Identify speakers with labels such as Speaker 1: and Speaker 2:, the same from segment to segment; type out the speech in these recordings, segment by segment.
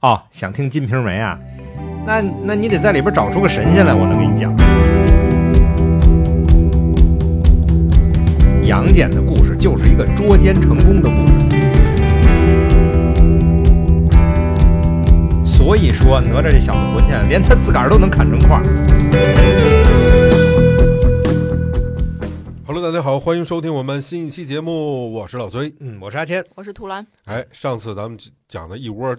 Speaker 1: 哦，想听《金瓶梅》啊？那那你得在里边找出个神仙来，我能给你讲。杨戬的故事就是一个捉奸成功的故事，所以说哪吒这小子混起来，连他自个儿都能砍成块儿。
Speaker 2: Hello，大家好，欢迎收听我们新一期节目，我是老崔。
Speaker 1: 嗯，我是阿谦，
Speaker 3: 我是图兰，
Speaker 2: 哎，上次咱们讲的一窝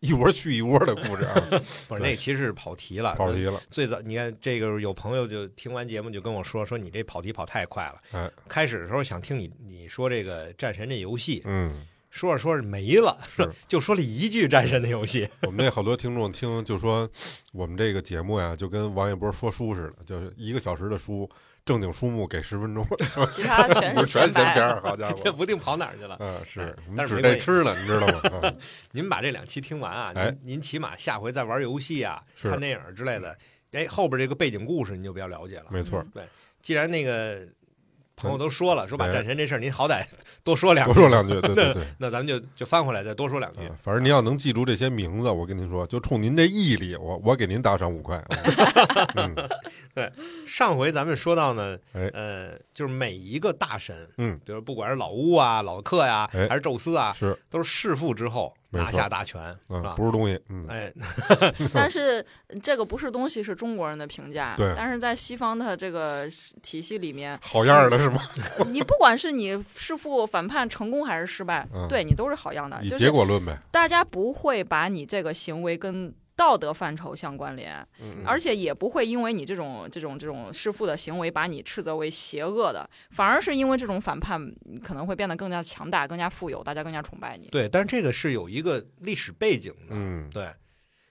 Speaker 2: 一窝续一窝的故 事啊，
Speaker 1: 不是
Speaker 2: 对
Speaker 1: 那其实是跑题了，
Speaker 2: 跑题了。
Speaker 1: 最早你看这个有朋友就听完节目就跟我说说你这跑题跑太快了。
Speaker 2: 哎，
Speaker 1: 开始的时候想听你你说这个战神这游戏，
Speaker 2: 嗯，
Speaker 1: 说着说着没了，
Speaker 2: 是
Speaker 1: 就说了一句战神的游戏。
Speaker 2: 我们那好多听众听就说我们这个节目呀，就跟王一博说书似的，就是一个小时的书，正经书目给十分钟，
Speaker 3: 其他全 是
Speaker 2: 全
Speaker 3: 闲
Speaker 2: 闲篇
Speaker 3: 白。
Speaker 2: 儿，好家
Speaker 1: 这
Speaker 2: 伙，
Speaker 1: 不定跑哪儿去了。
Speaker 2: 嗯， 是我们
Speaker 1: 但是
Speaker 2: 只
Speaker 1: 没
Speaker 2: 这
Speaker 1: 关系
Speaker 2: 吃了，你知道吗？啊
Speaker 1: 您把这两期听完啊，您、
Speaker 2: 哎
Speaker 1: 您起码下回再玩游戏啊、
Speaker 2: 是
Speaker 1: 看电影之类的，哎，后边这个背景故事您就比较了解了。
Speaker 2: 没错，
Speaker 1: 既然那个朋友都说了，说把
Speaker 2: 哎
Speaker 1: 战神这事儿您好歹 多说两
Speaker 2: 多
Speaker 1: 句，
Speaker 2: 说两句，对 对对。
Speaker 1: 那咱们就就翻回来再多说两句。
Speaker 2: 啊，反正您要能记住这些名字，我跟您说，就冲您这毅力，我我给您打赏五块。 嗯，
Speaker 1: 上回咱们说到呢，
Speaker 2: 哎
Speaker 1: 呃，就是每一个大神，
Speaker 2: 嗯，
Speaker 1: 比如不管是老乌啊、老克呀、
Speaker 2: 哎
Speaker 1: 还是宙斯啊，
Speaker 2: 是
Speaker 1: 都是弑父之后
Speaker 2: 没错
Speaker 1: 拿下大权，是
Speaker 2: 啊，
Speaker 1: 吧？
Speaker 2: 不是东西，嗯，
Speaker 1: 哎，
Speaker 3: 但是这个不是东西，是中国人的评价。
Speaker 2: 对，
Speaker 3: 但是在西方的这个体系里面呃
Speaker 2: 好 样儿的是吧？
Speaker 3: 你不管是你弑父反叛成功还是失败，
Speaker 2: 嗯
Speaker 3: 对你都是好样的。
Speaker 2: 以
Speaker 3: 哎就
Speaker 2: 结
Speaker 3: 是
Speaker 2: 果论呗，
Speaker 3: 大家不会把你这个行为跟道德范畴相关联，
Speaker 2: 嗯
Speaker 3: 而且也不会因为你这种这种这种弑父的行为把你斥责为邪恶的，反而是因为这种反叛你可能会变得更加强大、更加富有，大家更加崇拜你。
Speaker 1: 对，但是这个是有一个历史背景的，
Speaker 2: 嗯
Speaker 1: 对，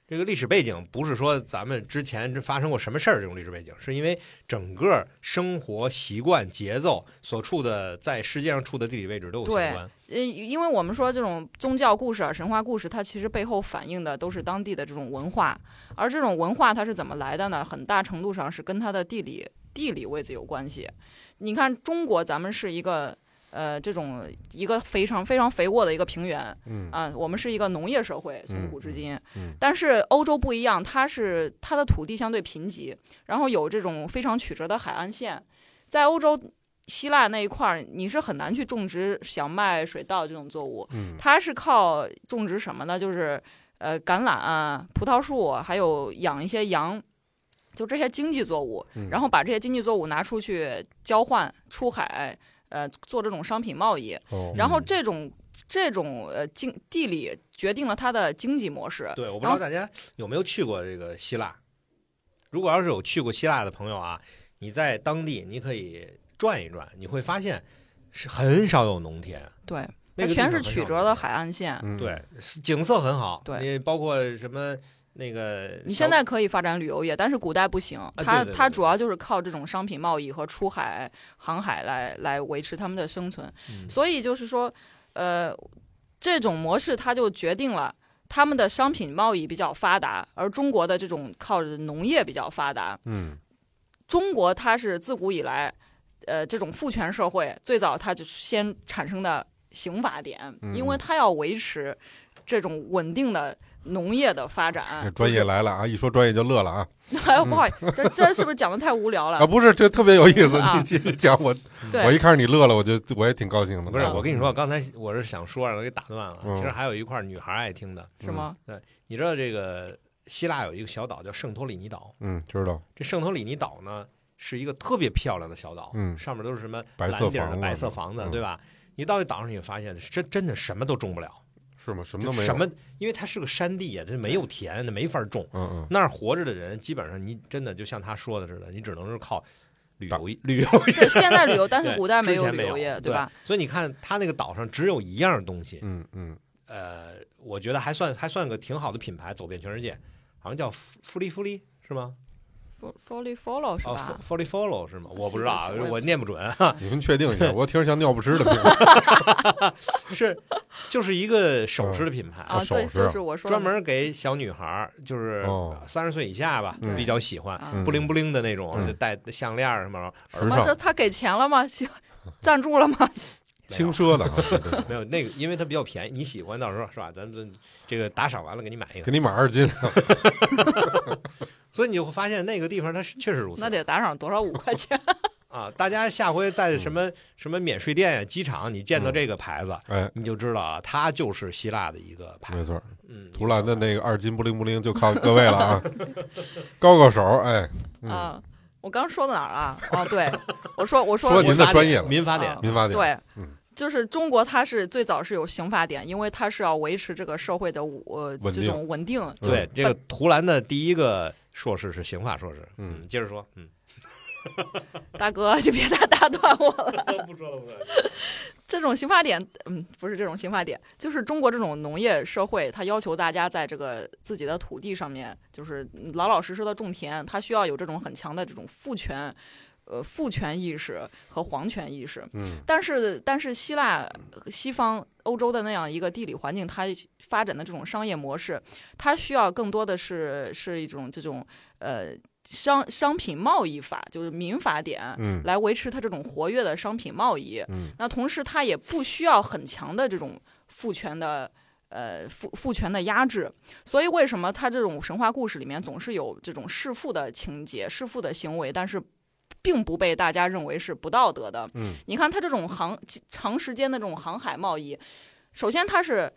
Speaker 1: 这个历史背景不是说咱们之前这发生过什么事儿这种历史背景，是因为整个生活习惯、节奏所处的在世界上处的地理位置都有相
Speaker 3: 对
Speaker 1: 关。
Speaker 3: 呃，因为我们说这种宗教故事、啊、神话故事，它其实背后反映的都是当地的这种文化，而这种文化它是怎么来的呢？很大程度上是跟它的地理地理位置有关系。你看，中国咱们是一个呃这种一个非常非常肥沃的一个平原，
Speaker 2: 嗯
Speaker 3: 啊，我们是一个农业社会，从
Speaker 2: 嗯
Speaker 3: 古至今。
Speaker 2: 嗯嗯
Speaker 3: 但是欧洲不一样，它是它的土地相对贫瘠，然后有这种非常曲折的海岸线。在欧洲希腊那一块儿，你是很难去种植小麦、水稻这种作物，
Speaker 2: 嗯
Speaker 3: 它是靠种植什么呢？就是呃橄榄、啊、葡萄树，还有养一些羊，就这些经济作物，
Speaker 2: 嗯
Speaker 3: 然后把这些经济作物拿出去交换、出海，呃，做这种商品贸易。
Speaker 2: 哦
Speaker 3: 然后
Speaker 1: 嗯
Speaker 3: 这种这种呃经地理决定了它的经济模式。
Speaker 1: 对，我不知道大家有没有去过这个希腊。如果要是有去过希腊的朋友啊，你在当地你可以转一转，你会发现是很少有农田，
Speaker 3: 对，
Speaker 1: 那
Speaker 3: 它
Speaker 1: 个
Speaker 3: 全
Speaker 1: 地
Speaker 3: 是
Speaker 1: 方
Speaker 3: 曲
Speaker 1: 很少
Speaker 3: 折
Speaker 1: 有
Speaker 3: 的
Speaker 1: 农
Speaker 3: 海岸线。
Speaker 1: 田，
Speaker 2: 嗯
Speaker 1: 对，是景色很好，
Speaker 3: 对
Speaker 1: 你包括什么那个
Speaker 3: 你
Speaker 1: 小
Speaker 3: 现在可以发展旅游业，但是古代不行，
Speaker 1: 对
Speaker 3: 它
Speaker 1: 对对
Speaker 3: 它
Speaker 1: 对
Speaker 3: 主要就是靠这种商品贸易和出海、航海来来维持他们的生存。
Speaker 1: 嗯
Speaker 3: 所以就是说，呃，这种模式它就决定了他们的商品贸易比较发达，而中国的这种靠着农业比较发达。
Speaker 2: 嗯
Speaker 3: 中国它是自古以来，呃，这种父权社会最早它就是先产生的刑法典，
Speaker 2: 嗯
Speaker 3: 因为它要维持这种稳定的农业的发展。
Speaker 2: 这专业来了啊，一说专业就乐了啊
Speaker 3: 就是， 哎呦，不好意思，这这是不是讲的太无聊了？
Speaker 2: 啊，不是，这特别有意思，
Speaker 3: 啊
Speaker 2: 你继续讲，我我一
Speaker 3: 对，
Speaker 2: 看着你乐了，我就我也挺高兴的。
Speaker 1: 不是，
Speaker 2: 嗯
Speaker 1: 我跟你说，，刚才我是想说让他给打断了。
Speaker 2: 嗯
Speaker 1: 其实还有一块女孩爱听的，
Speaker 3: 什么？
Speaker 1: 你知道这个希腊有一个小岛叫圣托里尼岛，
Speaker 2: 嗯，知道，
Speaker 1: 这圣托里尼岛呢是一个特别漂亮的小岛，
Speaker 2: 嗯
Speaker 1: 上面都是什么
Speaker 2: 白色
Speaker 1: 蓝底儿
Speaker 2: 房
Speaker 1: 的
Speaker 2: 子
Speaker 1: 白色房子
Speaker 2: 嗯，
Speaker 1: 对吧？你到那岛上你会发现，真真的什么都种不了，
Speaker 2: 是吗？什么
Speaker 1: 就
Speaker 2: 都没有，
Speaker 1: 什么，因为它是个山地呀，这没有田，那没法种。
Speaker 2: 嗯嗯，
Speaker 1: 那儿活着的人，基本上你真的就像他说的似的，你只能是靠旅
Speaker 2: 打
Speaker 1: 游旅游
Speaker 2: 嗯
Speaker 3: 对，现代旅游，但是
Speaker 1: 对
Speaker 3: 古代没
Speaker 1: 之前
Speaker 3: 旅
Speaker 1: 没
Speaker 3: 游
Speaker 1: 有
Speaker 3: 业，
Speaker 1: 对
Speaker 3: 吧？
Speaker 1: 所以你看，他那个岛上只有一样东西，
Speaker 2: 嗯嗯，
Speaker 1: 呃，我觉得还算还算个挺好的品牌，走遍全世界，好像叫富富丽富丽是吗？
Speaker 3: follow follow 是
Speaker 1: 哦
Speaker 3: 吧？
Speaker 1: 富富丽 follow 是吗？我不知道啊，
Speaker 3: 是的是的
Speaker 1: 我念不准，
Speaker 2: 你们确定一下，我听着像尿不湿的名字，
Speaker 1: 是就是一个首饰的品牌，
Speaker 3: 啊，
Speaker 2: 手
Speaker 3: 对，
Speaker 2: 势啊
Speaker 3: 就是我说的
Speaker 1: 专门给小女孩儿，就是
Speaker 2: 哦
Speaker 1: 三十岁以下吧，
Speaker 3: 对
Speaker 1: 比较喜欢。
Speaker 3: 啊
Speaker 2: 嗯
Speaker 1: 不灵不灵的那种，
Speaker 2: 嗯
Speaker 1: 就戴项链儿什么，
Speaker 2: 时
Speaker 3: 什么？
Speaker 2: 尚
Speaker 3: 这他给钱了吗？赞助了吗？
Speaker 2: 轻奢的啊，对对对
Speaker 1: 没有那个，因为它比较便宜，你喜欢到时候是吧？咱们这个打赏完了给你买一个
Speaker 2: 给，你买二斤，
Speaker 1: 所以你就会发现那个地方它是确实如此。
Speaker 3: 那得打赏多少五块钱？
Speaker 1: 啊，大家下回在什
Speaker 2: 嗯
Speaker 1: 么什么免税店呀、机场，你见到这个牌子，
Speaker 2: 哎，
Speaker 1: 你就知道啊，它就是希腊的一个牌
Speaker 2: 没
Speaker 1: 子。
Speaker 2: 错，
Speaker 1: 嗯，
Speaker 2: 图兰的那个二斤不灵不灵就靠各位了啊，高高手，哎， 嗯，
Speaker 3: 啊，我刚说到哪儿啊？哦， 对，我说我说
Speaker 2: 说
Speaker 3: 我
Speaker 2: 您的专业了
Speaker 1: 民法典
Speaker 3: 啊
Speaker 2: 民法典，
Speaker 3: 对
Speaker 2: 嗯，
Speaker 3: 就是中国它是最早是有刑法典，因为它是要维持这个社会的呃
Speaker 2: 稳定
Speaker 3: 这种稳定。
Speaker 2: 嗯
Speaker 1: 对，这个图兰的第一个硕士是刑法硕士。
Speaker 2: 嗯，
Speaker 1: 接着说，嗯，
Speaker 3: 大哥，你别再打断我了。
Speaker 1: 不说了，不说了。
Speaker 3: 这种刑法典，嗯，不是这种刑法典，就是中国这种农业社会，它要求大家在这个自己的土地上面，就是老老实实的种田，它需要有这种很强的这种父权，呃，父权意识和皇权意识。
Speaker 2: 嗯，
Speaker 3: 但是，但是希腊、西方、欧洲的那样一个地理环境，它发展的这种商业模式，它需要更多的是是一种这种呃商商品贸易法，就是民法典，
Speaker 2: 嗯
Speaker 3: 来维持它这种活跃的商品贸易。
Speaker 2: 嗯
Speaker 3: 那同时，它也不需要很强的这种父权的。呃，父父权的压制，所以为什么它这种神话故事里面总是有这种弑父的情节、弑父的行为，但是并不被大家认为是不道德的。
Speaker 2: 嗯，
Speaker 3: 你看它这种航长时间的这种航海贸易，首先它是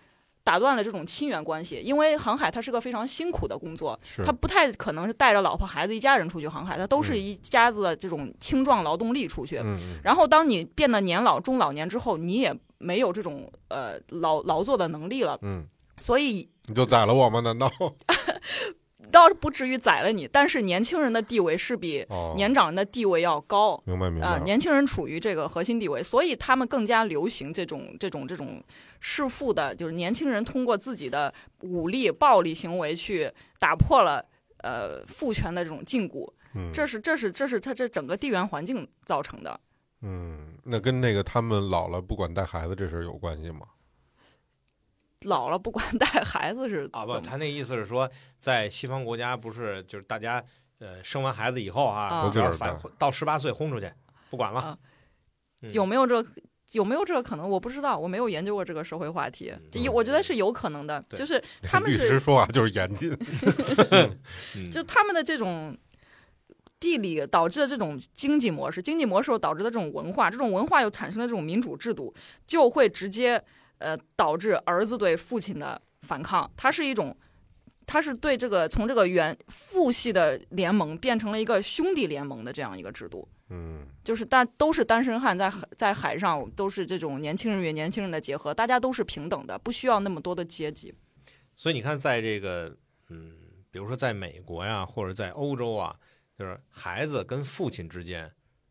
Speaker 3: 打断了这种亲缘关系，因为航海它是个非常辛苦的工作，
Speaker 2: 是
Speaker 3: 他，不太可能是带着老婆孩子一家人出去航海，他都是
Speaker 2: 嗯
Speaker 3: 一家子的这种青壮劳动力出去。
Speaker 2: 嗯嗯
Speaker 3: 然后当你变得年老中老年之后，你也没有这种呃劳劳作的能力了，
Speaker 2: 嗯，
Speaker 3: 所以
Speaker 2: 你就宰了我吗？难道？
Speaker 3: 倒是不至于宰了你，但是年轻人的地位是比
Speaker 2: 哦，
Speaker 3: 年长人的地位要高。
Speaker 2: 明白明
Speaker 3: 啊、
Speaker 2: 白，
Speaker 3: 年轻人处于这个核心地位，所以他们更加流行这种这种这种弑父的，就是年轻人通过自己的武力、暴力行为去打破了呃父权的这种禁锢，
Speaker 2: 嗯
Speaker 3: 这是这是这是他这整个地缘环境造成的。
Speaker 2: 嗯，那跟那个他们老了不管带孩子这事儿有关系吗？
Speaker 3: 老了不管带孩子是
Speaker 1: 啊，
Speaker 3: 怎
Speaker 1: 不，
Speaker 3: 么？
Speaker 1: 他那意思是说，在西方国家不是就是大家呃生完孩子以后啊，
Speaker 3: 啊
Speaker 1: 都
Speaker 2: 都自个儿
Speaker 1: 反
Speaker 2: 干
Speaker 1: 到十八岁轰出去，不管了。
Speaker 3: 啊
Speaker 1: 嗯
Speaker 3: 有没有这有没有这个可能？我不知道，我没有研究过这个社会话题
Speaker 1: 嗯，
Speaker 3: 有我觉得是有可能的，
Speaker 1: 对
Speaker 3: 就是他 们
Speaker 2: 律
Speaker 3: 是
Speaker 2: 师说话就是严 谨，
Speaker 1: 嗯
Speaker 3: 就他们的这种地理导致的这种经济模式，经济模式又导致的这种文化，这种文化又产生了这种民主制度，就会直接呃导致儿子对父亲的反抗。它是一种，它是对这个从这个原父系的联盟变成了一个兄弟联盟的这样一个制度。
Speaker 2: 嗯
Speaker 3: 就是大都是单身汉，在海在海上都是这种年轻人与年轻人的结合，大家都是平等的，不需要那么多的阶级。
Speaker 1: 所以你看，在这个嗯，比如说在美国呀，或者在欧洲啊，就是孩子跟父亲之间，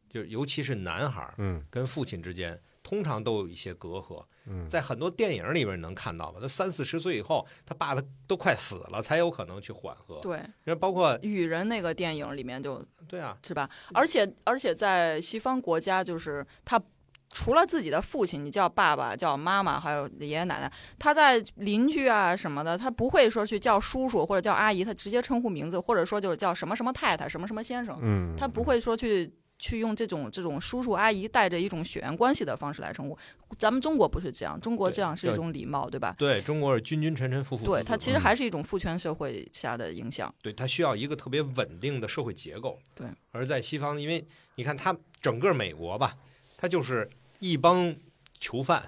Speaker 1: 就是尤其是男孩儿
Speaker 2: 嗯
Speaker 1: 跟父亲之间，通常都有一些隔阂。
Speaker 2: 嗯，
Speaker 1: 在很多电影里边能看到吧？他三四十岁以后，他爸他都快死了，才有可能去缓和。
Speaker 3: 对，
Speaker 1: 因为包括
Speaker 3: 雨人那个电影里面就
Speaker 1: 对啊，
Speaker 3: 是吧？而且而且在西方国家，就是他除了自己的父亲，你叫爸爸、叫妈妈，还有爷爷奶奶，他在邻居啊什么的，他不会说去叫叔叔或者叫阿姨，他直接称呼名字，或者说就是叫什么什么太太、什么什么先生，
Speaker 2: 嗯，
Speaker 3: 他不会说去。去用这种这种叔叔阿姨带着一种血缘关系的方式来称呼，咱们中国不是这样，中国这样是一种礼貌，对吧？
Speaker 1: 对中国是君君臣臣，父父子
Speaker 3: 对，
Speaker 1: 子
Speaker 3: 它其实
Speaker 1: 嘛
Speaker 3: 还是一种父权社会下的影响。
Speaker 1: 对它需要一个特别稳定的社会结构。
Speaker 3: 对，
Speaker 1: 而在西方，因为你看它整个美国吧，它就是一帮囚犯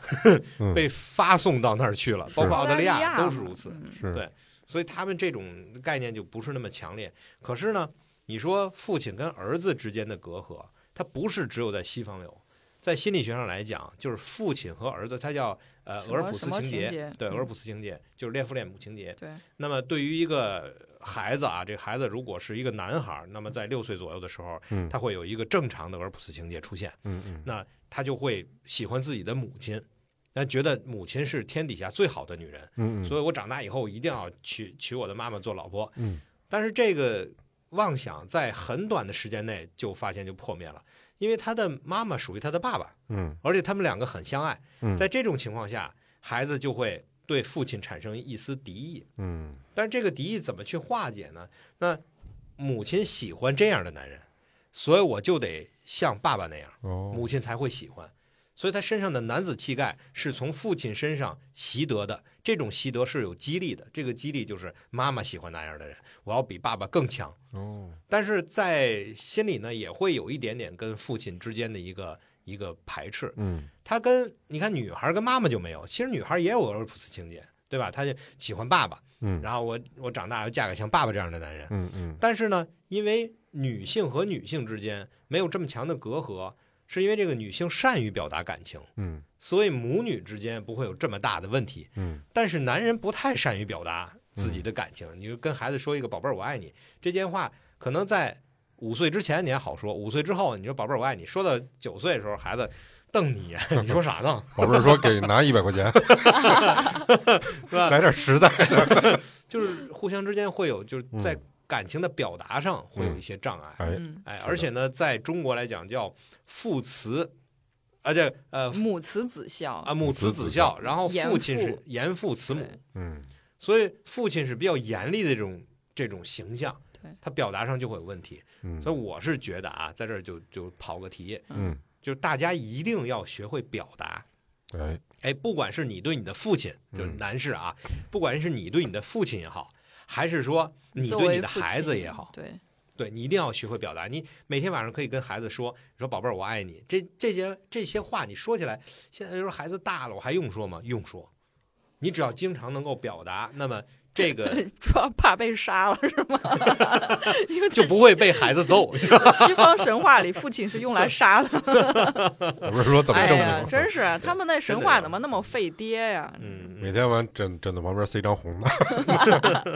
Speaker 2: 嗯
Speaker 1: 被发送到那儿去了，
Speaker 2: 是
Speaker 1: 包括澳大利
Speaker 3: 澳大
Speaker 1: 亚
Speaker 3: 利亚
Speaker 1: 都是如此，
Speaker 3: 嗯
Speaker 2: 是
Speaker 1: 对所以他们这种概念就不是那么强烈。可是呢，你说父亲跟儿子之间的隔阂，它不是只有在西方有。在心理学上来讲，就是父亲和儿子，它叫呃
Speaker 3: 什
Speaker 1: 俄
Speaker 3: 么
Speaker 1: 尔普
Speaker 3: 什
Speaker 1: 斯
Speaker 3: 么
Speaker 1: 情
Speaker 3: 情
Speaker 1: 节，
Speaker 3: 节
Speaker 1: 对
Speaker 3: 嗯
Speaker 1: 俄尔普斯情节就是恋父恋母情节。
Speaker 3: 对，
Speaker 1: 那么对于一个孩子啊，这孩子如果是一个男孩儿，那么在六岁左右的时候，
Speaker 2: 嗯
Speaker 1: 他会有一个正常的俄尔普斯情节出现，
Speaker 2: 嗯嗯
Speaker 1: 那他就会喜欢自己的母亲，但觉得母亲是天底下最好的女人，
Speaker 2: 嗯嗯，
Speaker 1: 所以我长大以后一定要娶娶我的妈妈做老婆。
Speaker 2: 嗯，
Speaker 1: 但是这个妄想在很短的时间内就发现就破灭了，因为他的妈妈属于他的爸爸，
Speaker 2: 嗯
Speaker 1: 而且他们两个很相爱，
Speaker 2: 嗯
Speaker 1: 在这种情况下，孩子就会对父亲产生一丝敌意。
Speaker 2: 嗯
Speaker 1: 但是这个敌意怎么去化解呢？那母亲喜欢这样的男人，所以我就得像爸爸那样，
Speaker 2: 哦，
Speaker 1: 母亲才会喜欢。所以他身上的男子气概是从父亲身上习得的，这种习得是有激励的，这个激励就是妈妈喜欢那样的人，我要比爸爸更强。
Speaker 2: 哦，
Speaker 1: 但是在心里呢，也会有一点点跟父亲之间的一个一个排斥。
Speaker 2: 嗯，
Speaker 1: 他跟你看女孩跟妈妈就没有，其实女孩也有俄尔普斯情节，对吧？她就喜欢爸爸，
Speaker 2: 嗯
Speaker 1: 然后我我长大要嫁给像爸爸这样的男人。
Speaker 2: 嗯嗯
Speaker 1: 但是呢，因为女性和女性之间没有这么强的隔阂，是因为这个女性善于表达感情，
Speaker 2: 嗯
Speaker 1: 所以母女之间不会有这么大的问题。
Speaker 2: 嗯
Speaker 1: 但是男人不太善于表达自己的感情，你就跟孩子说一个“宝贝儿，我爱你”这件话，可能在五岁之前你还好说，五岁之后你说“宝贝儿，我爱你”，说到九岁的时候，孩子瞪你一 眼，你说啥呢？
Speaker 2: 宝贝儿说给拿一百块 钱，
Speaker 1: 是吧？
Speaker 2: 来点实在。
Speaker 1: 就是互相之间会有，就是在感情的表达上会有一些障碍。
Speaker 2: 哎，
Speaker 3: 嗯，
Speaker 1: 哎
Speaker 2: 是，的
Speaker 1: 而且呢，在中国来讲叫父慈，而且呃
Speaker 3: 母慈子孝，
Speaker 1: 啊母慈子孝，然后父亲是严父慈母，
Speaker 3: 对
Speaker 2: 嗯
Speaker 1: 所以父亲是比较严厉的这种这种形象
Speaker 3: 对，
Speaker 1: 他表达上就会有问题。
Speaker 2: 嗯
Speaker 1: 所以我是觉得啊，在这儿就就跑个题，
Speaker 2: 嗯，
Speaker 1: 就是大家一定要学会表达。
Speaker 2: 哎，
Speaker 1: 哎，不管是你对你的父亲，
Speaker 2: 嗯
Speaker 1: 就是男士啊，不管是你对你的父亲也好，还是说你
Speaker 3: 作
Speaker 1: 对你
Speaker 3: 为
Speaker 1: 的
Speaker 3: 父
Speaker 1: 孩子
Speaker 3: 亲
Speaker 1: 也好，
Speaker 3: 对，
Speaker 1: 对你一定要学会表达。你每天晚上可以跟孩子说，你说宝贝儿，我爱你。这这些这些话你说起来，现在就说孩子大了，我还用说吗？用说。你只要经常能够表达，那么这 个
Speaker 3: 主要怕被杀了是 吗？因为
Speaker 1: 就
Speaker 3: 在
Speaker 1: 不会被孩子揍。
Speaker 3: 西方神话里，父亲是用来杀的。
Speaker 2: 宝贝儿说怎么
Speaker 3: 哎
Speaker 2: 证
Speaker 3: 呀，
Speaker 2: 明？
Speaker 3: 真是他们那神
Speaker 1: 真的
Speaker 3: 话
Speaker 1: 有
Speaker 3: 怎么那么费爹呀？
Speaker 1: 嗯，
Speaker 2: 每天往枕枕头旁边塞一张红的，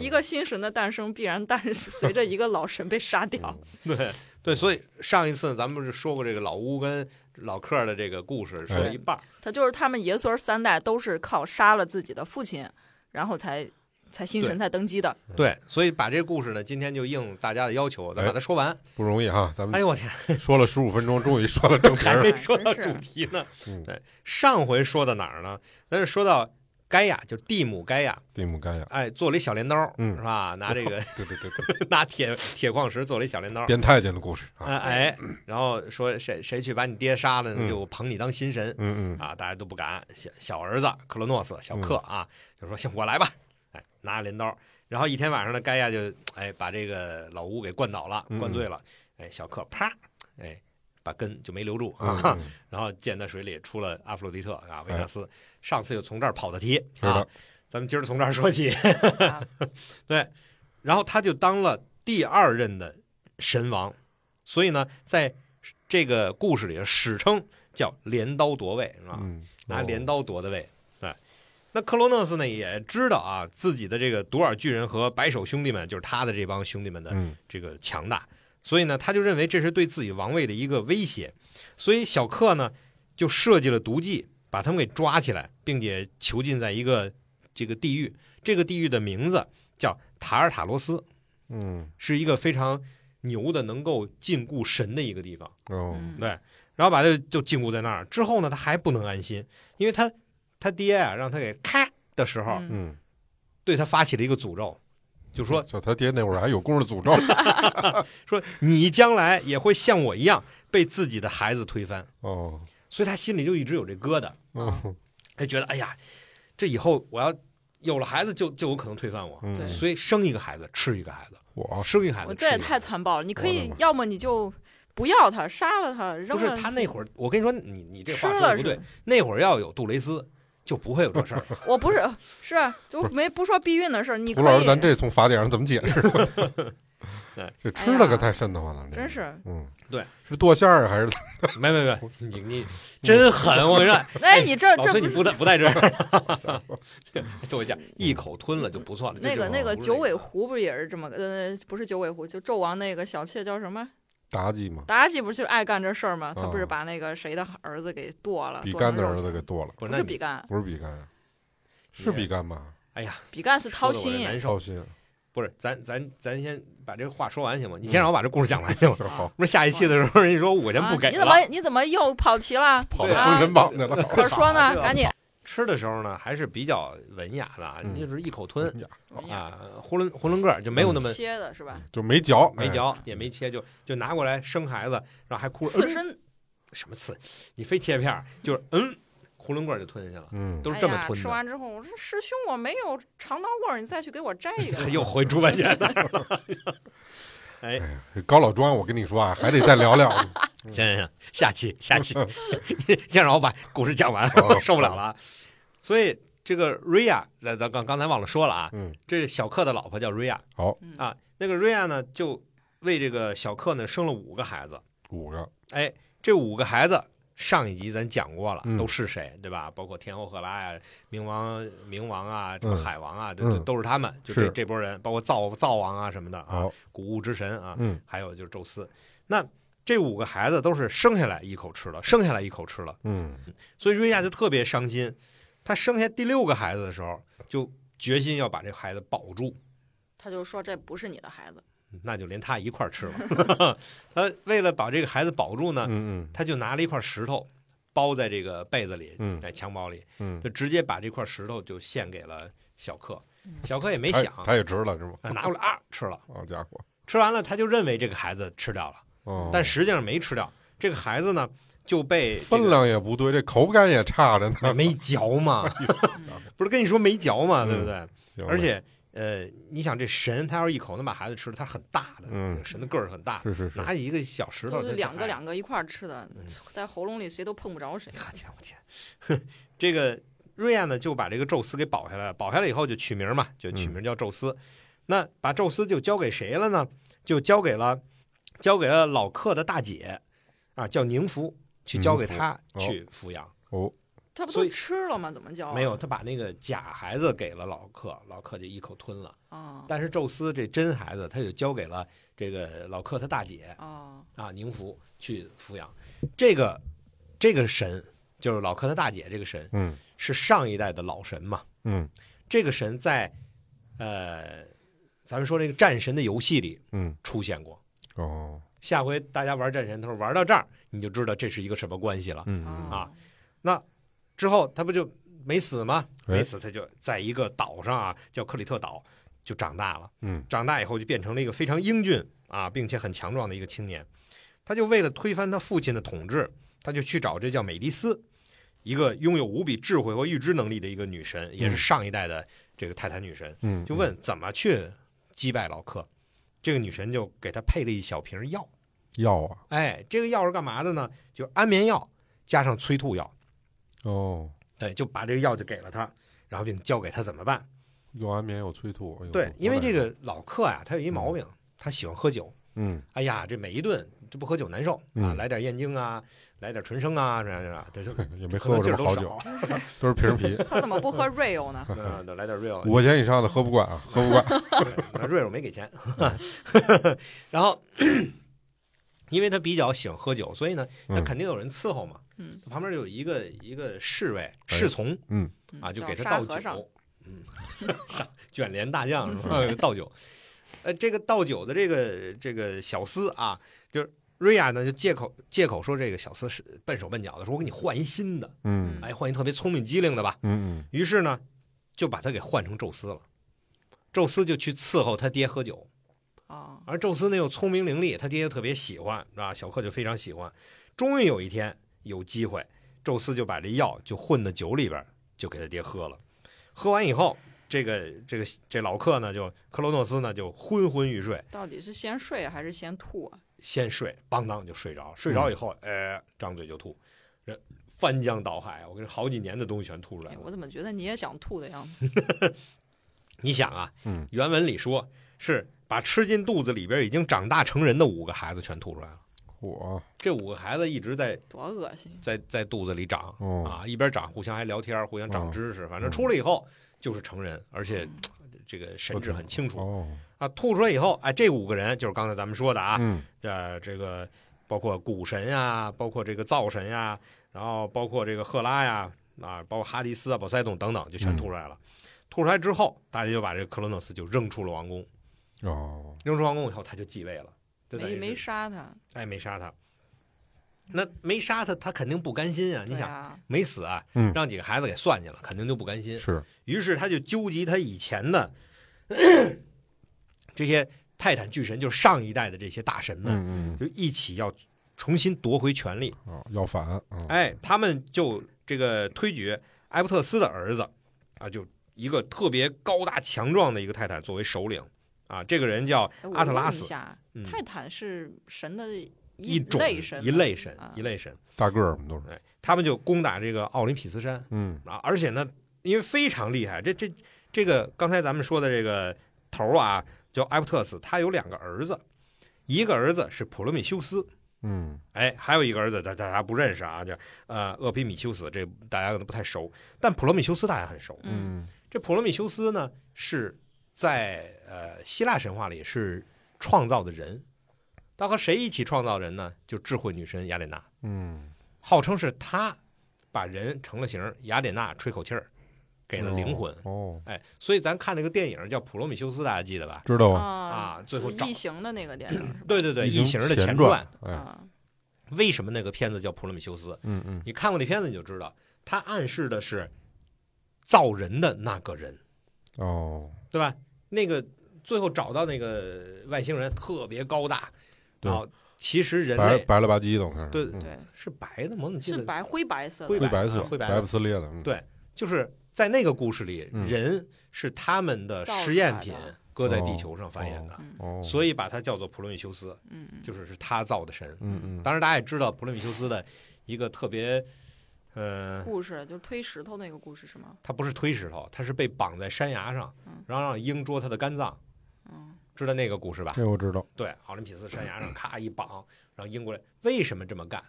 Speaker 3: 一个新神的诞生必然诞生 随着一个老神被杀掉。
Speaker 1: 对对，所以上一次咱们不是说过这个老乌跟老克儿的这个故事，说
Speaker 2: 哎
Speaker 1: 一半儿。
Speaker 3: 他就是他们爷孙儿三代都是靠杀了自己的父亲，然后才才新神才登基的。
Speaker 1: 对，所以把这个故事呢，今天就应大家的要求，
Speaker 2: 哎
Speaker 1: 咱把它说完。
Speaker 2: 不容易哈。咱
Speaker 1: 哎
Speaker 2: 们
Speaker 1: 呦我天，
Speaker 2: 说了十五分钟，终于说到正题
Speaker 1: 还
Speaker 2: 儿 了。
Speaker 1: 没说到
Speaker 3: 真是
Speaker 1: 主题呢。
Speaker 2: 嗯
Speaker 1: 对，上回说到哪儿呢？咱是说到盖亚，就蒂姆盖亚，
Speaker 2: 蒂姆干呀，
Speaker 1: 哎，做了一小镰刀，
Speaker 2: 嗯
Speaker 1: 是吧？拿这 个
Speaker 2: 对对对对，
Speaker 1: 拿铁铁矿石做了一小镰刀，
Speaker 2: 变太监的故事 啊。
Speaker 1: 哎哎，然后说谁谁去把你爹杀了呢，
Speaker 2: 嗯
Speaker 1: 就捧你当新神
Speaker 2: 嗯嗯嗯
Speaker 1: 啊！大家都不敢。小小儿子克罗诺斯小克啊，就说行，我来吧，哎，拿着镰刀。然后一天晚上呢，盖亚就哎把这个老乌给灌倒了，
Speaker 2: 嗯
Speaker 1: 灌醉了，哎，小克啪，哎，把根就没留住 啊。
Speaker 2: 嗯嗯，
Speaker 1: 然后溅在水里，出了阿弗洛狄特啊，维纳斯。上次就从这儿跑的题
Speaker 2: 是
Speaker 1: 啊
Speaker 2: 的，，
Speaker 1: 咱们今儿从这儿说起。
Speaker 3: 啊
Speaker 1: 对，然后他就当了第二任的神王，所以呢，在这个故事里史称叫镰刀夺位，是吧？
Speaker 2: 嗯，
Speaker 1: 拿镰刀夺的位。对，那克罗诺斯呢也知道啊，自己的这个独耳巨人和白手兄弟们，就是他的这帮兄弟们的
Speaker 2: 嗯
Speaker 1: 这个强大，所以呢，他就认为这是对自己王位的一个威胁，所以小克呢就设计了毒计，把他们给抓起来，并且囚禁在一个这个地狱，这个地狱的名字叫塔尔塔罗斯，
Speaker 2: 嗯
Speaker 1: 是一个非常牛的能够禁锢神的一个地方，
Speaker 2: 哦
Speaker 3: 嗯
Speaker 1: 对，然后把他就禁锢在那儿。之后呢，他还不能安心，因为他他爹啊让他给咔的时候，
Speaker 3: 嗯
Speaker 2: 嗯，
Speaker 1: 对他发起了一个诅咒，就说
Speaker 2: 就他爹那会儿还有功夫诅咒
Speaker 1: 说你将来也会像我一样被自己的孩子推翻，
Speaker 2: 哦
Speaker 1: 所以他心里就一直有这疙瘩，
Speaker 3: 啊
Speaker 2: 哦
Speaker 1: 他觉得哎呀，这以后我要有了孩子就就有可能推翻我，
Speaker 2: 嗯，
Speaker 3: 对
Speaker 1: 所以生一个孩子吃一个孩子，
Speaker 2: 我
Speaker 1: 哦生一个孩
Speaker 3: 我
Speaker 1: 子
Speaker 3: 这
Speaker 1: 吃
Speaker 3: 也
Speaker 1: 一个
Speaker 3: 太
Speaker 1: 孩子。
Speaker 3: 残暴了！你可
Speaker 2: 我的
Speaker 3: 以
Speaker 2: 妈，
Speaker 3: 要么你就不要他，杀了他，扔
Speaker 1: 不是
Speaker 3: 了
Speaker 1: 他那会儿，我跟你说，你你这
Speaker 3: 吃
Speaker 1: 话说的
Speaker 3: 了
Speaker 1: 不
Speaker 3: 是
Speaker 1: 对
Speaker 3: 吧。？
Speaker 1: 那会儿要有杜蕾斯，就不会有这事 儿。
Speaker 3: 我不是， 是啊就
Speaker 2: 不是
Speaker 3: 没不说避孕的事儿。你可
Speaker 2: 胡老
Speaker 3: 以
Speaker 2: 师，咱这从法典上怎么解释？ 这吃了可太瘆得慌了，这
Speaker 3: 哎真是。
Speaker 2: 嗯，
Speaker 1: 对，
Speaker 2: 是剁馅儿还是
Speaker 1: 没没没，你 你真狠！我跟你说，
Speaker 3: 哎，你这
Speaker 1: 老
Speaker 3: 这
Speaker 1: 崔
Speaker 3: 不
Speaker 1: 你
Speaker 3: 是
Speaker 1: 不带不带这样。 对一下，一口吞了就不错了。这
Speaker 3: 那
Speaker 2: 啊
Speaker 3: 个
Speaker 1: 就
Speaker 3: 那个
Speaker 1: 不是
Speaker 3: 九尾
Speaker 1: 个
Speaker 3: 狐不是也是这么个呃不是九尾狐，就纣王那个小妾叫什么
Speaker 2: 妲己嘛？
Speaker 3: 妲己，不是就爱干这事儿吗？她不是
Speaker 2: 啊
Speaker 3: 把那个谁的儿子给剁了？
Speaker 2: 比
Speaker 3: 啊剁
Speaker 2: 干
Speaker 3: 成
Speaker 2: 的
Speaker 3: 肉
Speaker 2: 儿子
Speaker 3: 酱
Speaker 2: 给剁了，
Speaker 1: 不是那
Speaker 3: 不是
Speaker 1: 你
Speaker 3: 比干，
Speaker 2: 不是比干，啊是比干吧？
Speaker 1: 哎呀，
Speaker 3: 比干是掏
Speaker 1: 说得我这
Speaker 3: 心。
Speaker 1: 难受
Speaker 2: 绍。兴，
Speaker 1: 不是，咱咱咱先把这个话说完行吗？你先让我把这故事讲完行吗？
Speaker 2: 好，
Speaker 1: 不是下一期的时候，人家说五块钱
Speaker 3: 啊
Speaker 1: 不给
Speaker 3: 你怎
Speaker 1: 了。
Speaker 3: 么你怎么又跑题了？
Speaker 2: 跑
Speaker 1: 对
Speaker 2: 到
Speaker 1: 啊
Speaker 2: 封神榜去了。
Speaker 3: 可说
Speaker 1: 跑
Speaker 3: 呢
Speaker 1: 了，
Speaker 3: 赶紧
Speaker 1: 吃的时候呢，还是比较文雅的啊，
Speaker 2: 嗯
Speaker 1: 你就是一口吞
Speaker 2: 呀
Speaker 3: 嗯
Speaker 1: 啊，囫囵囫囵个儿就没有那么
Speaker 3: 切的是吧？嗯
Speaker 2: 就没嚼，
Speaker 1: 没
Speaker 2: 哎，
Speaker 1: 嚼也没切，就就拿过来生孩子，然后还哭着。嗯
Speaker 3: 刺身
Speaker 1: 什么刺，你非切片儿，就是嗯，囫囵棍儿就吞下去了，
Speaker 2: 嗯，
Speaker 1: 都是这么
Speaker 3: 哎呀，
Speaker 1: 吞
Speaker 3: 吃
Speaker 1: 的。
Speaker 3: 完之后，我说师兄，我没有肠道味儿，你再去给我摘一个。
Speaker 1: 又回猪八戒那儿了。哎，
Speaker 2: 哎呀，高老庄，我跟你说啊，还得再聊聊。
Speaker 3: 嗯
Speaker 1: 行行行，下期下期， 先让我把故事讲 完，
Speaker 2: 好
Speaker 3: 哦
Speaker 1: 我受不了了啊。所以这个瑞亚，咱咱刚刚才忘了说了啊，
Speaker 2: 嗯，
Speaker 1: 这小克的老婆叫瑞亚
Speaker 3: 嗯
Speaker 1: 啊，那个瑞亚呢就为这个小克呢生了五个孩子，
Speaker 2: 五个，
Speaker 1: 哎，这五个孩子上一集咱讲过了，
Speaker 2: 嗯
Speaker 1: 都是谁，对吧？包括天后赫拉呀、冥王、冥王啊、这个
Speaker 2: 嗯
Speaker 1: 海王啊，
Speaker 2: 嗯
Speaker 1: 都都是他们，就这
Speaker 2: 是
Speaker 1: 这波人，包括灶灶王啊什么的啊，
Speaker 2: 好，
Speaker 1: 谷物之神啊，
Speaker 2: 嗯
Speaker 1: 还有就是宙斯。那这五个孩子都是生下来一口吃了，生下来一口吃了，
Speaker 2: 嗯
Speaker 1: 所以瑞亚就特别伤心。她生下第六个孩子的时候，就决心要把这孩子保住，
Speaker 3: 他就说这不是你的孩子，
Speaker 1: 那就连她一块儿吃了。 她为了把这个孩子保住呢，
Speaker 2: 嗯
Speaker 1: 他就拿了一块石头包在这个被子里，
Speaker 2: 嗯
Speaker 1: 在襁褓里，
Speaker 2: 嗯嗯，
Speaker 1: 就直接把这块石头就献给了小克
Speaker 3: 嗯。
Speaker 1: 小克也没
Speaker 2: 他
Speaker 1: 想，
Speaker 2: 他也值了是吗？
Speaker 1: 啊拿过来啊吃了，
Speaker 2: 好家伙，
Speaker 1: 吃完了他就认为这个孩子吃掉了，
Speaker 2: 哦，
Speaker 1: 但实际上没吃掉。这个孩子呢就被这个
Speaker 2: 分量也不对，这口感也差着呢。
Speaker 1: 没没嚼嘛，
Speaker 2: 哎
Speaker 1: 不是跟你说没嚼嘛，对不对？
Speaker 2: 行
Speaker 1: 而
Speaker 2: 吧，
Speaker 1: 且呃，你想这神他要是一口能把孩子吃了，他是很大的，
Speaker 2: 嗯
Speaker 1: 神的个儿很大，
Speaker 2: 是是是，
Speaker 1: 拿一个小石头
Speaker 3: 都
Speaker 1: 他
Speaker 3: 是
Speaker 1: 就
Speaker 3: 两个
Speaker 1: 哎
Speaker 3: 两个一块儿吃的
Speaker 1: 嗯，
Speaker 3: 在喉咙里谁都碰不着谁。
Speaker 1: 我天，我天， 这个瑞亚呢就把这个宙斯给保下来了，保下来以后就取名嘛，就取
Speaker 2: 嗯
Speaker 1: 名叫宙斯。那把宙斯就交给谁了呢？就交给了交给了老克的大姐啊，叫宁芙，去交给她
Speaker 2: 宁芙哦
Speaker 1: 去抚养。
Speaker 2: 哦，
Speaker 3: 他不
Speaker 1: 所
Speaker 3: 都
Speaker 1: 以
Speaker 3: 吃了吗？怎么嚼啊？
Speaker 1: 没有，他把那个假孩子给了老克，老克就一口吞了。
Speaker 3: 啊
Speaker 1: 但是宙斯这真孩子，他就交给了这个老克他大姐
Speaker 3: 啊，
Speaker 1: 啊，宁芙去抚养。这个这个神就是老克他大姐这个神，
Speaker 2: 嗯
Speaker 1: 是上一代的老神嘛。
Speaker 2: 嗯
Speaker 1: 这个神在呃，咱们说这个战神的游戏里
Speaker 2: 嗯，
Speaker 1: 出现过。
Speaker 2: 哦，
Speaker 1: 下回大家玩战神的时候，玩到这儿你就知道这是一个什么关系了。
Speaker 2: 嗯嗯
Speaker 1: 啊，之后他不就没死吗？
Speaker 2: 哎
Speaker 1: 没死，他就在一个岛上啊，叫克里特岛，就长大了。
Speaker 2: 嗯
Speaker 1: 长大以后就变成了一个非常英俊啊，并且很强壮的一个青年。他就为了推翻他父亲的统治，他就去找这叫美迪斯，一个拥有无比智慧和预知能力的一个女神，也是上一代的这个泰坦女神，
Speaker 2: 嗯，
Speaker 1: 就问怎么去击败老克。这个女神就给他配了一小瓶药，
Speaker 2: 药啊，
Speaker 1: 哎，这个药是干嘛的呢？就是安眠药加上催吐药，
Speaker 2: 哦，
Speaker 1: 对，就把这个药就给了他，然后并教给他怎么办。
Speaker 2: 有安眠有催吐，哎呦
Speaker 1: 对，因为这，
Speaker 2: 好歹
Speaker 1: 个老克呀、他有一毛病，他喜欢喝酒。
Speaker 2: 嗯
Speaker 1: 哎呀，这每一顿这不喝酒难受啊，
Speaker 2: 嗯
Speaker 1: 来点燕京啊，来点纯生啊，这样这样，这就
Speaker 2: 也没喝过
Speaker 1: 劲
Speaker 2: 什
Speaker 1: 儿都
Speaker 2: 么好
Speaker 1: 少
Speaker 2: 酒， 都是瓶啤，
Speaker 3: 他怎么 不喝 Rio 呢？
Speaker 1: 嗯，对来点 real，
Speaker 2: 五块钱以上的喝不惯啊，喝 不惯，
Speaker 1: 对那 real 没给钱， 然后。因为他比较喜欢喝酒，所以呢，他
Speaker 2: 嗯
Speaker 1: 肯定有人伺候嘛。
Speaker 3: 嗯，
Speaker 1: 旁边就有一个一个侍卫
Speaker 2: 哎
Speaker 1: 侍从
Speaker 3: 嗯
Speaker 1: 啊，就
Speaker 3: 叫
Speaker 1: 给他
Speaker 3: 沙
Speaker 1: 倒
Speaker 3: 和尚
Speaker 1: 酒。嗯， 卷帘大将是 吧？倒酒。呃，这个倒酒的这个这个小厮啊，就是瑞亚呢，就借口借口说这个小厮是笨手笨脚的，说我给你换一新的。
Speaker 2: 嗯
Speaker 1: 哎，换一特别聪明机灵的吧。
Speaker 2: 嗯
Speaker 1: 于是呢，就把他给换成宙斯了。宙斯就去伺候他爹喝酒，
Speaker 3: 啊，
Speaker 1: 而宙斯呢又聪明伶俐，他爹又特别喜欢，啊，小克就非常喜欢。终于有一天有机会，宙斯就把这药就混到酒里边儿，就给他爹喝了。喝完以后，这个这个这老克呢，就克罗诺斯呢就昏昏欲睡，
Speaker 3: 到底是先睡还是先吐啊？
Speaker 1: 先睡，梆当就睡着，睡着以后，哎，张嘴就吐，人翻江倒海，我跟你说好几年的东西全吐出来
Speaker 3: 哎，
Speaker 1: 了。
Speaker 3: 我怎么觉得你也想吐的样子？
Speaker 1: 你想啊，
Speaker 2: 嗯，
Speaker 1: 原文里说是把吃进肚子里边已经长大成人的五个孩子全吐出来了。
Speaker 2: 嗯，我
Speaker 1: 这五个孩子一直在
Speaker 3: 多恶心！
Speaker 1: 在在肚子里长
Speaker 2: 哦，嗯
Speaker 1: 啊，一边长，互相还聊天，互相长知识。反正出来以后就是成人，而且
Speaker 3: 嗯
Speaker 1: 这个神志很清楚
Speaker 2: 哦，
Speaker 1: 啊。吐出来以后，哎，这五个人就是刚才咱们说的啊，
Speaker 2: 嗯
Speaker 1: 呃，这个包括谷神呀、包括这个灶神呀、然后包括这个赫拉呀、啊，包括哈迪斯啊、波塞冬等等，就
Speaker 2: 嗯
Speaker 1: 全吐出来了。吐出来之后，大家就把这个克罗诺斯就扔出了王宫。
Speaker 2: 哦，
Speaker 1: 扔出王宫以后，他就继位了，就等
Speaker 3: 没
Speaker 1: 于
Speaker 3: 没
Speaker 1: 是
Speaker 3: 杀他，
Speaker 1: 哎没杀他，那没杀他，他肯定不甘心啊！你
Speaker 3: 对
Speaker 1: 想
Speaker 3: 啊，
Speaker 1: 没死啊，
Speaker 2: 嗯
Speaker 1: 让几个孩子给算计了，肯定就不甘心。
Speaker 2: 是，
Speaker 1: 于是他就纠集他以前的
Speaker 2: 嗯
Speaker 1: 这些泰坦巨神，就是上一代的这些大神们，
Speaker 2: 嗯嗯
Speaker 1: 就一起要重新夺回权力。
Speaker 2: 啊，要反啊，
Speaker 1: 哎，他们就这个推举埃伯特斯的儿子啊，就一个特别高大强壮的一个泰坦作为首领啊，这个人叫
Speaker 3: 哎我
Speaker 1: 阿特拉
Speaker 3: 问一
Speaker 1: 斯，
Speaker 3: 下
Speaker 1: 嗯，
Speaker 3: 泰坦是神的
Speaker 1: 一种
Speaker 3: 类神吗，
Speaker 1: 一类神
Speaker 3: 啊，
Speaker 1: 一类神。
Speaker 2: 大个儿嘛都是，
Speaker 1: 哎，他们就攻打这个奥林匹斯山
Speaker 2: 嗯
Speaker 1: 啊，而且呢，因为非常厉害，这这这个刚才咱们说的这个头儿啊，叫埃伯特斯，他有两个儿子，一个儿子是普罗米修斯，
Speaker 2: 嗯
Speaker 1: 哎，还有一个儿子，大大家不认识啊，叫呃厄皮米修斯，这大家可能不太熟，但普罗米修斯大家很熟。
Speaker 3: 嗯，
Speaker 2: 嗯
Speaker 1: 这普罗米修斯呢，是在呃希腊神话里是创造的人，他和谁一起创造人呢？就智慧女神雅典娜，
Speaker 2: 嗯，
Speaker 1: 号称是他把人成了形，雅典娜吹口气儿，给了灵魂。
Speaker 2: 哦，
Speaker 1: 哎，所以咱看那个电影叫《普罗米修斯》，大家记得吧？
Speaker 2: 知道啊，
Speaker 3: 啊
Speaker 1: 啊，最后找嗯
Speaker 3: 异形的那个电影是吧？
Speaker 1: 对对对，《异形》的
Speaker 2: 前
Speaker 1: 前
Speaker 2: 传
Speaker 1: 传。，
Speaker 2: 哎，
Speaker 3: 啊，
Speaker 1: 为什么那个片子叫《普罗米修斯》？
Speaker 2: 嗯嗯，
Speaker 1: 你看过那片子你就知道，它暗示的是造人的那个人，
Speaker 2: 哦，
Speaker 1: 对吧？那个最后找到那个外星人特别高大，
Speaker 2: 对
Speaker 1: 然后其实人
Speaker 2: 白
Speaker 1: 类
Speaker 2: 白了吧唧的，我看是，
Speaker 1: 对
Speaker 2: 嗯
Speaker 3: 对，
Speaker 1: 是白的吗？我怎么记
Speaker 3: 是
Speaker 1: 得
Speaker 3: 白灰白色
Speaker 1: 灰
Speaker 3: 的，
Speaker 2: 灰白
Speaker 1: 啊
Speaker 2: 色，
Speaker 1: 灰白
Speaker 2: 白
Speaker 1: 的
Speaker 2: 不呲咧的，嗯
Speaker 1: 对就是在那个故事里，
Speaker 2: 嗯
Speaker 1: 人是他们的实验品
Speaker 3: 造出来的
Speaker 1: 搁在地球上繁衍的，
Speaker 3: 嗯
Speaker 2: 哦，
Speaker 1: 所以把它叫做普罗米修斯，
Speaker 3: 嗯嗯，
Speaker 1: 就是是他造的神。
Speaker 2: 嗯嗯，
Speaker 1: 当然，大家也知道普罗米修斯的一个特别，呃，
Speaker 2: 嗯
Speaker 3: 故事就是推石头那个故事是吗？
Speaker 1: 他不是推石头，他是被绑在山崖上
Speaker 3: 嗯，
Speaker 1: 然后让鹰捉他的肝脏，
Speaker 3: 嗯，
Speaker 1: 知道那个故事吧？
Speaker 2: 这我知道，
Speaker 1: 对，奥林匹斯山崖上咔一绑，然后鹰过来。为什么这么干？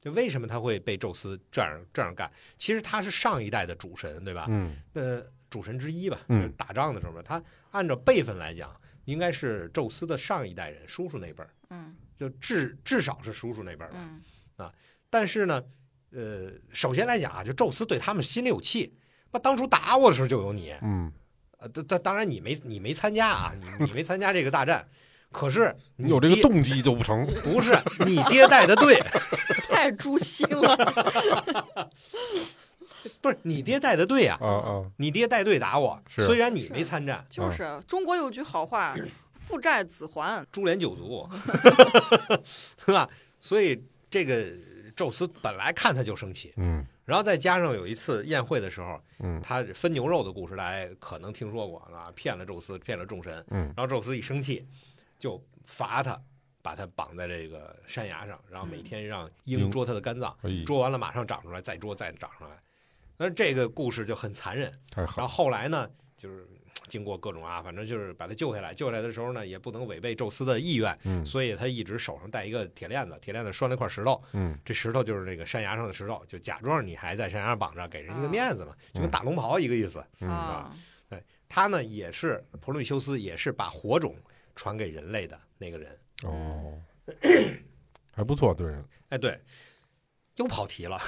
Speaker 1: 就为什么他会被宙斯这样这样干？其实他是上一代的主神，对吧？
Speaker 2: 嗯
Speaker 1: 呃，主神之一吧。
Speaker 2: 嗯
Speaker 1: 就是打仗的时候嘛，他按照辈分来讲，应该是宙斯的上一代人，叔叔那辈儿，
Speaker 3: 嗯
Speaker 1: 就至至少是叔叔那辈儿吧。
Speaker 3: 嗯
Speaker 1: 但是呢，呃，首先来讲啊，就宙斯对他们心里有气。那当初打我的时候就有你，
Speaker 2: 嗯，
Speaker 1: 呃，当当当然你没你没参加啊，你你没参加这个大战， 可是
Speaker 2: 你有这个
Speaker 1: 爹
Speaker 2: 动机就不成，
Speaker 1: 不是你爹带的对，
Speaker 3: 太诛心 了，
Speaker 1: 不是你爹带的对呀、
Speaker 2: 啊啊，
Speaker 1: 你爹带队打我，
Speaker 2: 是
Speaker 1: 虽然你
Speaker 3: 是
Speaker 1: 没参战，
Speaker 3: 就是
Speaker 2: 嗯
Speaker 3: 中国有句好话，父债子还，
Speaker 1: 株连九族， 是吧？所以这个宙斯本来看他就生气，
Speaker 2: 嗯
Speaker 1: 然后再加上有一次宴会的时候，
Speaker 2: 嗯
Speaker 1: 他分牛肉的故事，大家可能听说过啊，骗了宙斯，骗了众神，
Speaker 2: 嗯
Speaker 1: 然后宙斯一生气，就罚他，把他绑在这个山崖上，然后每天让鹰
Speaker 2: 鹰
Speaker 1: 捉他的肝脏，
Speaker 2: 哎呀
Speaker 1: 捉完了马上长出来，再捉再长上来。但是这个故事就很残忍。
Speaker 2: 太
Speaker 1: 然后
Speaker 2: 好，
Speaker 1: 后来呢，就是经过各种啊，反正就是把他救下来。救下来的时候呢，也不能违背宙斯的意愿，
Speaker 2: 嗯
Speaker 1: 所以他一直手上带一个铁链子，铁链子拴了一块石头，
Speaker 2: 嗯
Speaker 1: 这石头就是那个山崖上的石头，就假装你还在山崖上绑着，给人一个
Speaker 3: 啊
Speaker 1: 面子嘛，就
Speaker 2: 嗯
Speaker 1: 跟打龙袍一个意思。
Speaker 2: 嗯
Speaker 3: 啊，
Speaker 1: 他呢也是普罗米修斯，也是把火种传给人类的那个人。
Speaker 2: 哦， 还不错，对人，
Speaker 1: 哎，对，又跑题了，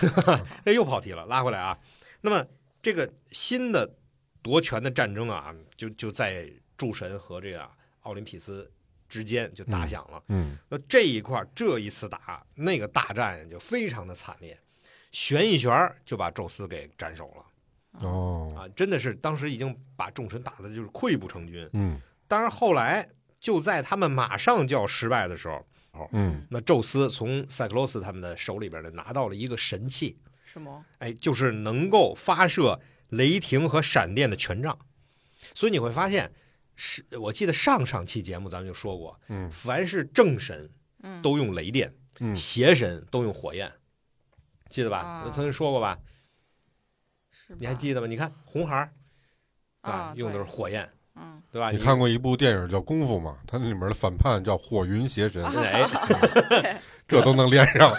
Speaker 1: 哎，又跑题了，拉回来啊。那么这个新的夺权的战争啊，就就在诸神和这个奥林匹斯之间就打响了。
Speaker 2: 嗯
Speaker 1: 那这一块儿这一次打那个大战就非常的惨烈，旋一旋儿就把宙斯给斩首了
Speaker 2: 哦，
Speaker 1: 啊！真的是当时已经把众神打的就是溃不成军。
Speaker 2: 嗯
Speaker 1: 当然后来就在他们马上就要失败的时候，
Speaker 2: 嗯
Speaker 1: 那宙斯从塞克罗斯他们的手里边呢拿到了一个神器，
Speaker 3: 什么？
Speaker 1: 哎，就是能够发射雷霆和闪电的权杖。所以你会发现，是我记得上上期节目咱们就说过，
Speaker 2: 嗯
Speaker 1: 凡是正神
Speaker 3: 嗯，
Speaker 1: 都用雷电，
Speaker 2: 嗯，
Speaker 1: 邪神都用火焰，记得吧
Speaker 3: 啊？
Speaker 1: 我曾经说过吧？
Speaker 3: 是吧
Speaker 1: 你还记得吧？你看红孩儿
Speaker 3: 啊？
Speaker 1: 用的是
Speaker 3: 对
Speaker 1: 火焰，
Speaker 3: 嗯，
Speaker 1: 对吧？
Speaker 2: 你看过一部电影叫《功夫》吗？它那里面的反叛叫火云邪神，
Speaker 1: 哎，
Speaker 2: 这都能连上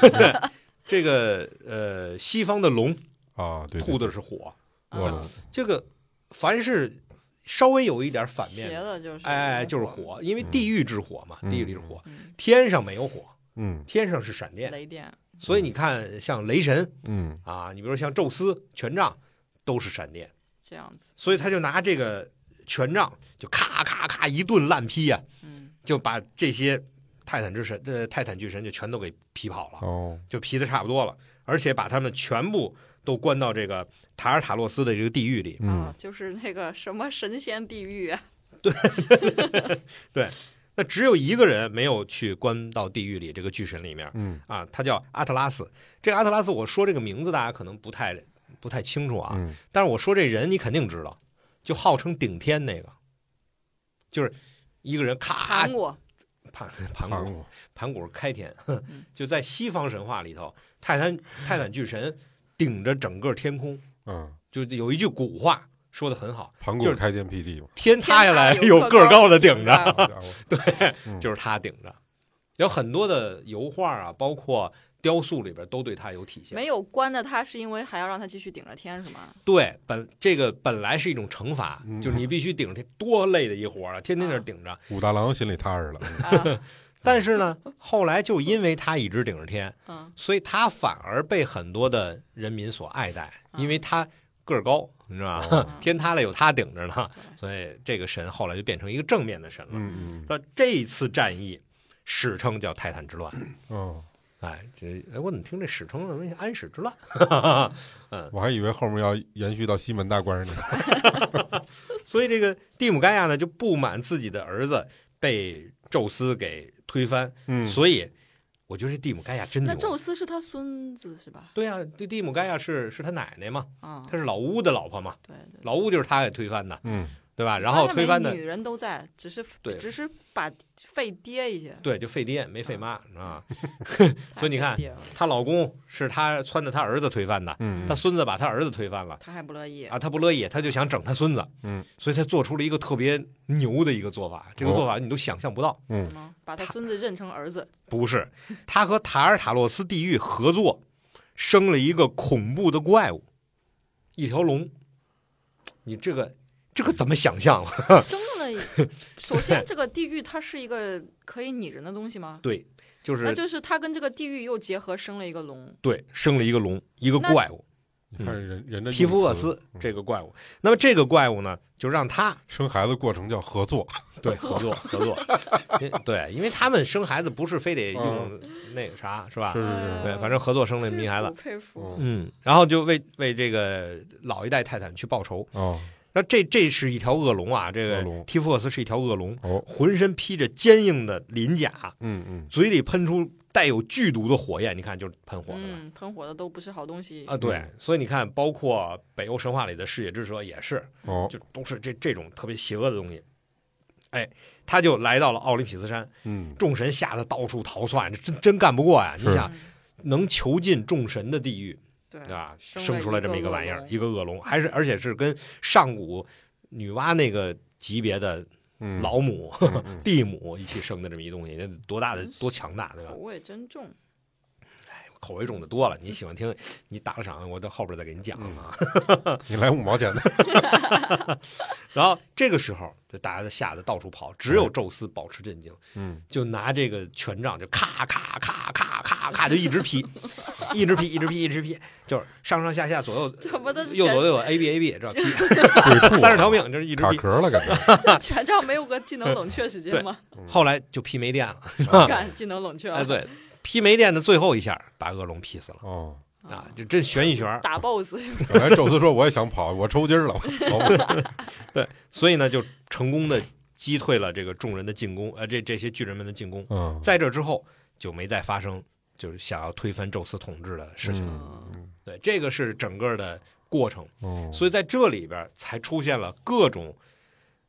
Speaker 1: 这个呃，西方的龙
Speaker 2: 啊！对，
Speaker 1: 吐啊
Speaker 2: 对
Speaker 1: 的是火，
Speaker 2: 我
Speaker 3: 嗯
Speaker 2: 懂
Speaker 1: 这个凡是稍微有一点反面
Speaker 3: 邪
Speaker 1: 的，
Speaker 3: 的就是
Speaker 1: 哎，就是火，因为地狱之火嘛，
Speaker 2: 嗯
Speaker 1: 地狱里是火，
Speaker 3: 嗯，
Speaker 1: 天上没有火，
Speaker 2: 嗯
Speaker 1: 天上是闪电，
Speaker 3: 雷电，
Speaker 1: 所以你看，像雷神
Speaker 2: 嗯
Speaker 1: 啊，你比如像宙斯权杖都是闪电，
Speaker 3: 这样子，
Speaker 1: 所以他就拿这个权杖就咔咔咔一顿烂劈呀、
Speaker 3: 嗯
Speaker 1: 就把这些泰坦之神、呃泰坦巨神就全都给劈跑了，
Speaker 2: 哦，
Speaker 1: 就劈的差不多了，而且把他们全部都关到这个塔尔塔洛斯的这个地狱里。
Speaker 2: 嗯
Speaker 3: 啊啊，就是那个什么神仙地狱啊，
Speaker 1: 那只有一个人没有去关到地狱里这个巨神里面
Speaker 2: 嗯
Speaker 1: 啊，他叫阿特拉斯。这个阿特拉斯，我说这个名字大家可能不太不太清楚啊，
Speaker 2: 嗯
Speaker 1: 但是我说这人你肯定知道，就号称顶天那个，就是一个人咔
Speaker 3: 韩国
Speaker 1: 盘盘
Speaker 2: 韩
Speaker 1: 古
Speaker 2: 国
Speaker 1: 盘古开天
Speaker 3: 嗯，
Speaker 1: 就在西方神话里头，泰坦泰坦巨神顶着整个天空，
Speaker 2: 嗯，
Speaker 1: 就有一句古话说的很好，
Speaker 2: 盘
Speaker 1: 就
Speaker 2: 古
Speaker 1: 是
Speaker 2: 开天辟地嘛，
Speaker 1: 天塌下来
Speaker 3: 天塌有
Speaker 1: 有个儿高的顶着，
Speaker 3: 啊
Speaker 2: 好家伙，嗯
Speaker 1: 就是他顶着。有很多的油画啊，包括雕塑里边都对他有体现。
Speaker 3: 没有关的他，是因为还要让他继续顶着天是吗？
Speaker 1: 对，本这个本来是一种惩罚，
Speaker 2: 嗯
Speaker 1: 就是你必须顶着，多累的一活儿啊，天天在那儿顶着。
Speaker 2: 武大郎心里踏实了，
Speaker 3: 啊，
Speaker 1: 但是呢，后来就因为他一直顶着天，
Speaker 3: 嗯，
Speaker 1: 所以他反而被很多的人民所爱戴，
Speaker 3: 啊
Speaker 1: 因为他个儿高，你知道吧？
Speaker 3: 嗯
Speaker 2: 哦
Speaker 1: 天塌了有他顶着呢，
Speaker 3: 对
Speaker 1: 所以这个神后来就变成一个正面的神了。
Speaker 2: 嗯嗯
Speaker 1: 那这一次战役史称叫泰坦之乱。
Speaker 2: 嗯，
Speaker 1: 哎，这哎，我怎么听这史称什么安史之乱？
Speaker 2: 我还以为后面要延续到西门大官呢，
Speaker 1: 所以这个蒂姆盖亚呢就不满自己的儿子被宙斯给推翻，
Speaker 2: 嗯
Speaker 1: 所以我觉得这蒂姆盖亚真
Speaker 3: 那
Speaker 1: 牛。
Speaker 3: 宙斯是他孙子是吧？
Speaker 1: 对啊，这蒂姆盖亚是是他奶奶嘛，
Speaker 3: 啊，
Speaker 1: 她是老乌的老婆嘛，
Speaker 3: 对对。
Speaker 1: 老乌就是他给推翻的，
Speaker 2: 嗯
Speaker 1: 对吧？然后推翻
Speaker 3: 嗯发现
Speaker 1: 的
Speaker 3: 没女人都在，只是
Speaker 1: 对
Speaker 3: 只是把肺跌一些。
Speaker 1: 对，就废爹没废妈
Speaker 3: 嗯
Speaker 1: 啊。
Speaker 3: 太
Speaker 1: 所以你看
Speaker 3: 费爹了，
Speaker 1: 她老公是她撺掇她儿子推翻的，
Speaker 2: 嗯
Speaker 1: 她孙子把她儿子推翻了
Speaker 3: 他还不乐意。
Speaker 1: 啊，她不乐意，她就想整她孙子，
Speaker 2: 嗯，
Speaker 1: 所以她做出了一个特别牛的一个做法，这个
Speaker 2: 哦
Speaker 1: 做法你都想象不到。
Speaker 2: 嗯
Speaker 3: 什么？把他孙子认成儿 子，
Speaker 1: 不是，他和塔尔塔洛斯地狱合作，生了一个恐怖的怪物，一条龙。你这个这个怎么想象啊 了？
Speaker 3: 生了一。首先，这个地狱它是一个可以拟人的东西吗？
Speaker 1: 对，就
Speaker 3: 那
Speaker 1: 是
Speaker 3: 就是他跟这个地狱又结合，生了一个龙。
Speaker 1: 对，生了一个龙，一个
Speaker 3: 那
Speaker 1: 怪物，
Speaker 2: 你看人人的
Speaker 1: 皮肤厄
Speaker 2: 用词
Speaker 1: 斯
Speaker 2: 嗯
Speaker 1: 这个怪物。那么这个怪物呢，就让他
Speaker 2: 生孩子过程叫合作，
Speaker 1: 对合作合作，因对，因为他们生孩子不是非得用那个啥是吧？
Speaker 2: 嗯是是是，
Speaker 1: 对，反正合作生了迷孩子，
Speaker 3: 嗯佩服佩服。
Speaker 1: 嗯，然后就为为这个老一代泰坦去报仇。
Speaker 2: 哦
Speaker 1: 那这这是一条恶龙啊，这
Speaker 2: 恶
Speaker 1: 个
Speaker 2: 龙
Speaker 1: 提夫克斯是一条恶龙，
Speaker 2: 哦，
Speaker 1: 浑身披着坚硬的鳞甲，
Speaker 2: 嗯嗯
Speaker 1: 嘴里喷出带有剧毒的火焰，你看就是喷火的了、
Speaker 3: 嗯，喷火的都不是好东西。
Speaker 1: 啊，对
Speaker 2: 嗯，
Speaker 1: 所以你看，包括北欧神话里的嗜血之蛇也是，
Speaker 2: 哦，
Speaker 1: 就都是这这种特别邪恶的东西。哎，他就来到了奥林匹斯山，
Speaker 2: 嗯
Speaker 1: 众神吓得到处逃窜，这真真干不过呀！你
Speaker 2: 是
Speaker 1: 想，
Speaker 3: 嗯
Speaker 1: 能囚禁众神的地狱，
Speaker 3: 对
Speaker 1: 啊，
Speaker 3: 生
Speaker 1: 生
Speaker 3: 了
Speaker 1: 出
Speaker 3: 一
Speaker 1: 来
Speaker 3: 个
Speaker 1: 这么一个
Speaker 3: 恶
Speaker 1: 玩意儿，
Speaker 3: 龙
Speaker 1: 一个恶龙，还是而且是跟上古女娲那个级别的
Speaker 2: 嗯，
Speaker 1: 老母、
Speaker 2: 嗯嗯
Speaker 1: 地母一起生的这么一东西，那多大的多强大，对啊吧
Speaker 3: 口？味真重。
Speaker 1: 口味重的多了，你喜欢听，你打个赏，我到后边再给你讲啊。
Speaker 2: 嗯 你来五毛钱的，
Speaker 1: 然后这个时候，就大家都吓得到处跑，只有宙斯保持镇静，
Speaker 2: 嗯
Speaker 1: 就拿这个权杖就咔咔咔咔咔咔就一直劈，一直劈，一直劈，一直劈，就是上上下下左右
Speaker 3: 怎么的
Speaker 1: 右左右 A B A B 这样劈，
Speaker 2: 鬼畜啊
Speaker 1: 三十条命就是一直
Speaker 2: 卡
Speaker 1: 劈，
Speaker 2: 壳了感觉，
Speaker 3: 权杖没有个技能冷却时
Speaker 1: 啊对
Speaker 3: 间吗？
Speaker 1: 后来就劈没电了，
Speaker 3: 干技能冷却了。
Speaker 1: 哎对，劈没电的最后一下把恶龙劈死了
Speaker 2: 哦，
Speaker 1: 啊，就真悬一悬儿。
Speaker 3: 打 BOSS
Speaker 1: 啊
Speaker 2: 本来宙斯说我也想跑，我抽筋儿了，跑不了
Speaker 1: 所以呢，就成功的击退了这个众人的进攻，呃，这这些巨人们的进攻。
Speaker 2: 嗯，
Speaker 1: 在这之后，就没再发生就是想要推翻宙斯统治的事情。
Speaker 2: 嗯
Speaker 1: 对，这个是整个的过程。
Speaker 2: 哦，
Speaker 1: 所以在这里边才出现了各种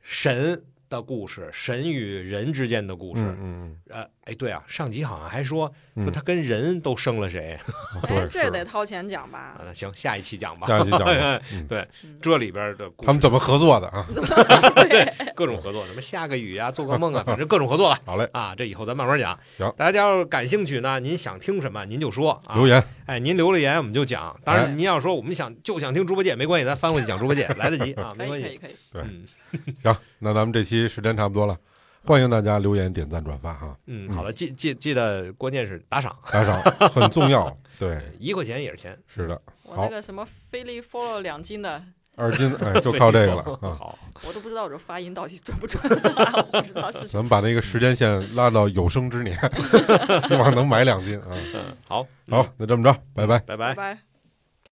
Speaker 1: 神的故事，神与人之间的故事。
Speaker 2: 嗯嗯
Speaker 1: 呃，哎，对啊，上集好像还说
Speaker 2: 嗯
Speaker 1: 说他跟人都生了谁、
Speaker 2: 嗯，
Speaker 3: 哎，
Speaker 2: 对，
Speaker 3: 这
Speaker 2: 是
Speaker 3: 得掏钱讲吧？
Speaker 1: 啊？行，下一期讲吧。
Speaker 2: 下一期讲吧
Speaker 3: 嗯
Speaker 1: 这里边的故事
Speaker 2: 他们怎么合作的啊？
Speaker 1: 各种合作，什么下个雨啊，做个梦 啊，反正各种合作吧。
Speaker 2: 好嘞，
Speaker 1: 啊，这以后咱慢慢讲。
Speaker 2: 行
Speaker 1: 大家要是感兴趣呢，您想听什么您就说啊。
Speaker 2: 留言
Speaker 1: 哎，您留了言我们就讲。当
Speaker 2: 哎
Speaker 1: 然，您要说我们想就想听猪八戒没关系，咱翻过去讲猪八戒 来得及啊，没
Speaker 3: 可以
Speaker 1: 关
Speaker 3: 可
Speaker 1: 系
Speaker 3: 以。可以，
Speaker 2: 对
Speaker 1: 嗯
Speaker 2: 行，那咱们这期时间差不多了，欢迎大家留言、点赞、转发啊哈，
Speaker 1: 嗯，好的，记记记得，关键是打赏，
Speaker 2: 打赏很重 要，对，
Speaker 1: 一块钱也是钱。
Speaker 2: 是的，
Speaker 3: 我
Speaker 2: 好
Speaker 3: 那个什么菲利 follow 两斤的，
Speaker 2: 二斤哎，就靠这个了 啊。
Speaker 1: 好，
Speaker 3: 我都不知道我这发音到底准不 准，我不知道是什
Speaker 2: 咱们把那个时间线拉到有 生之年，希望能买两斤啊！
Speaker 1: 好，嗯
Speaker 2: 好，那这么着，拜拜。
Speaker 1: 拜
Speaker 3: 么。拜
Speaker 1: 拜。
Speaker 3: 拜。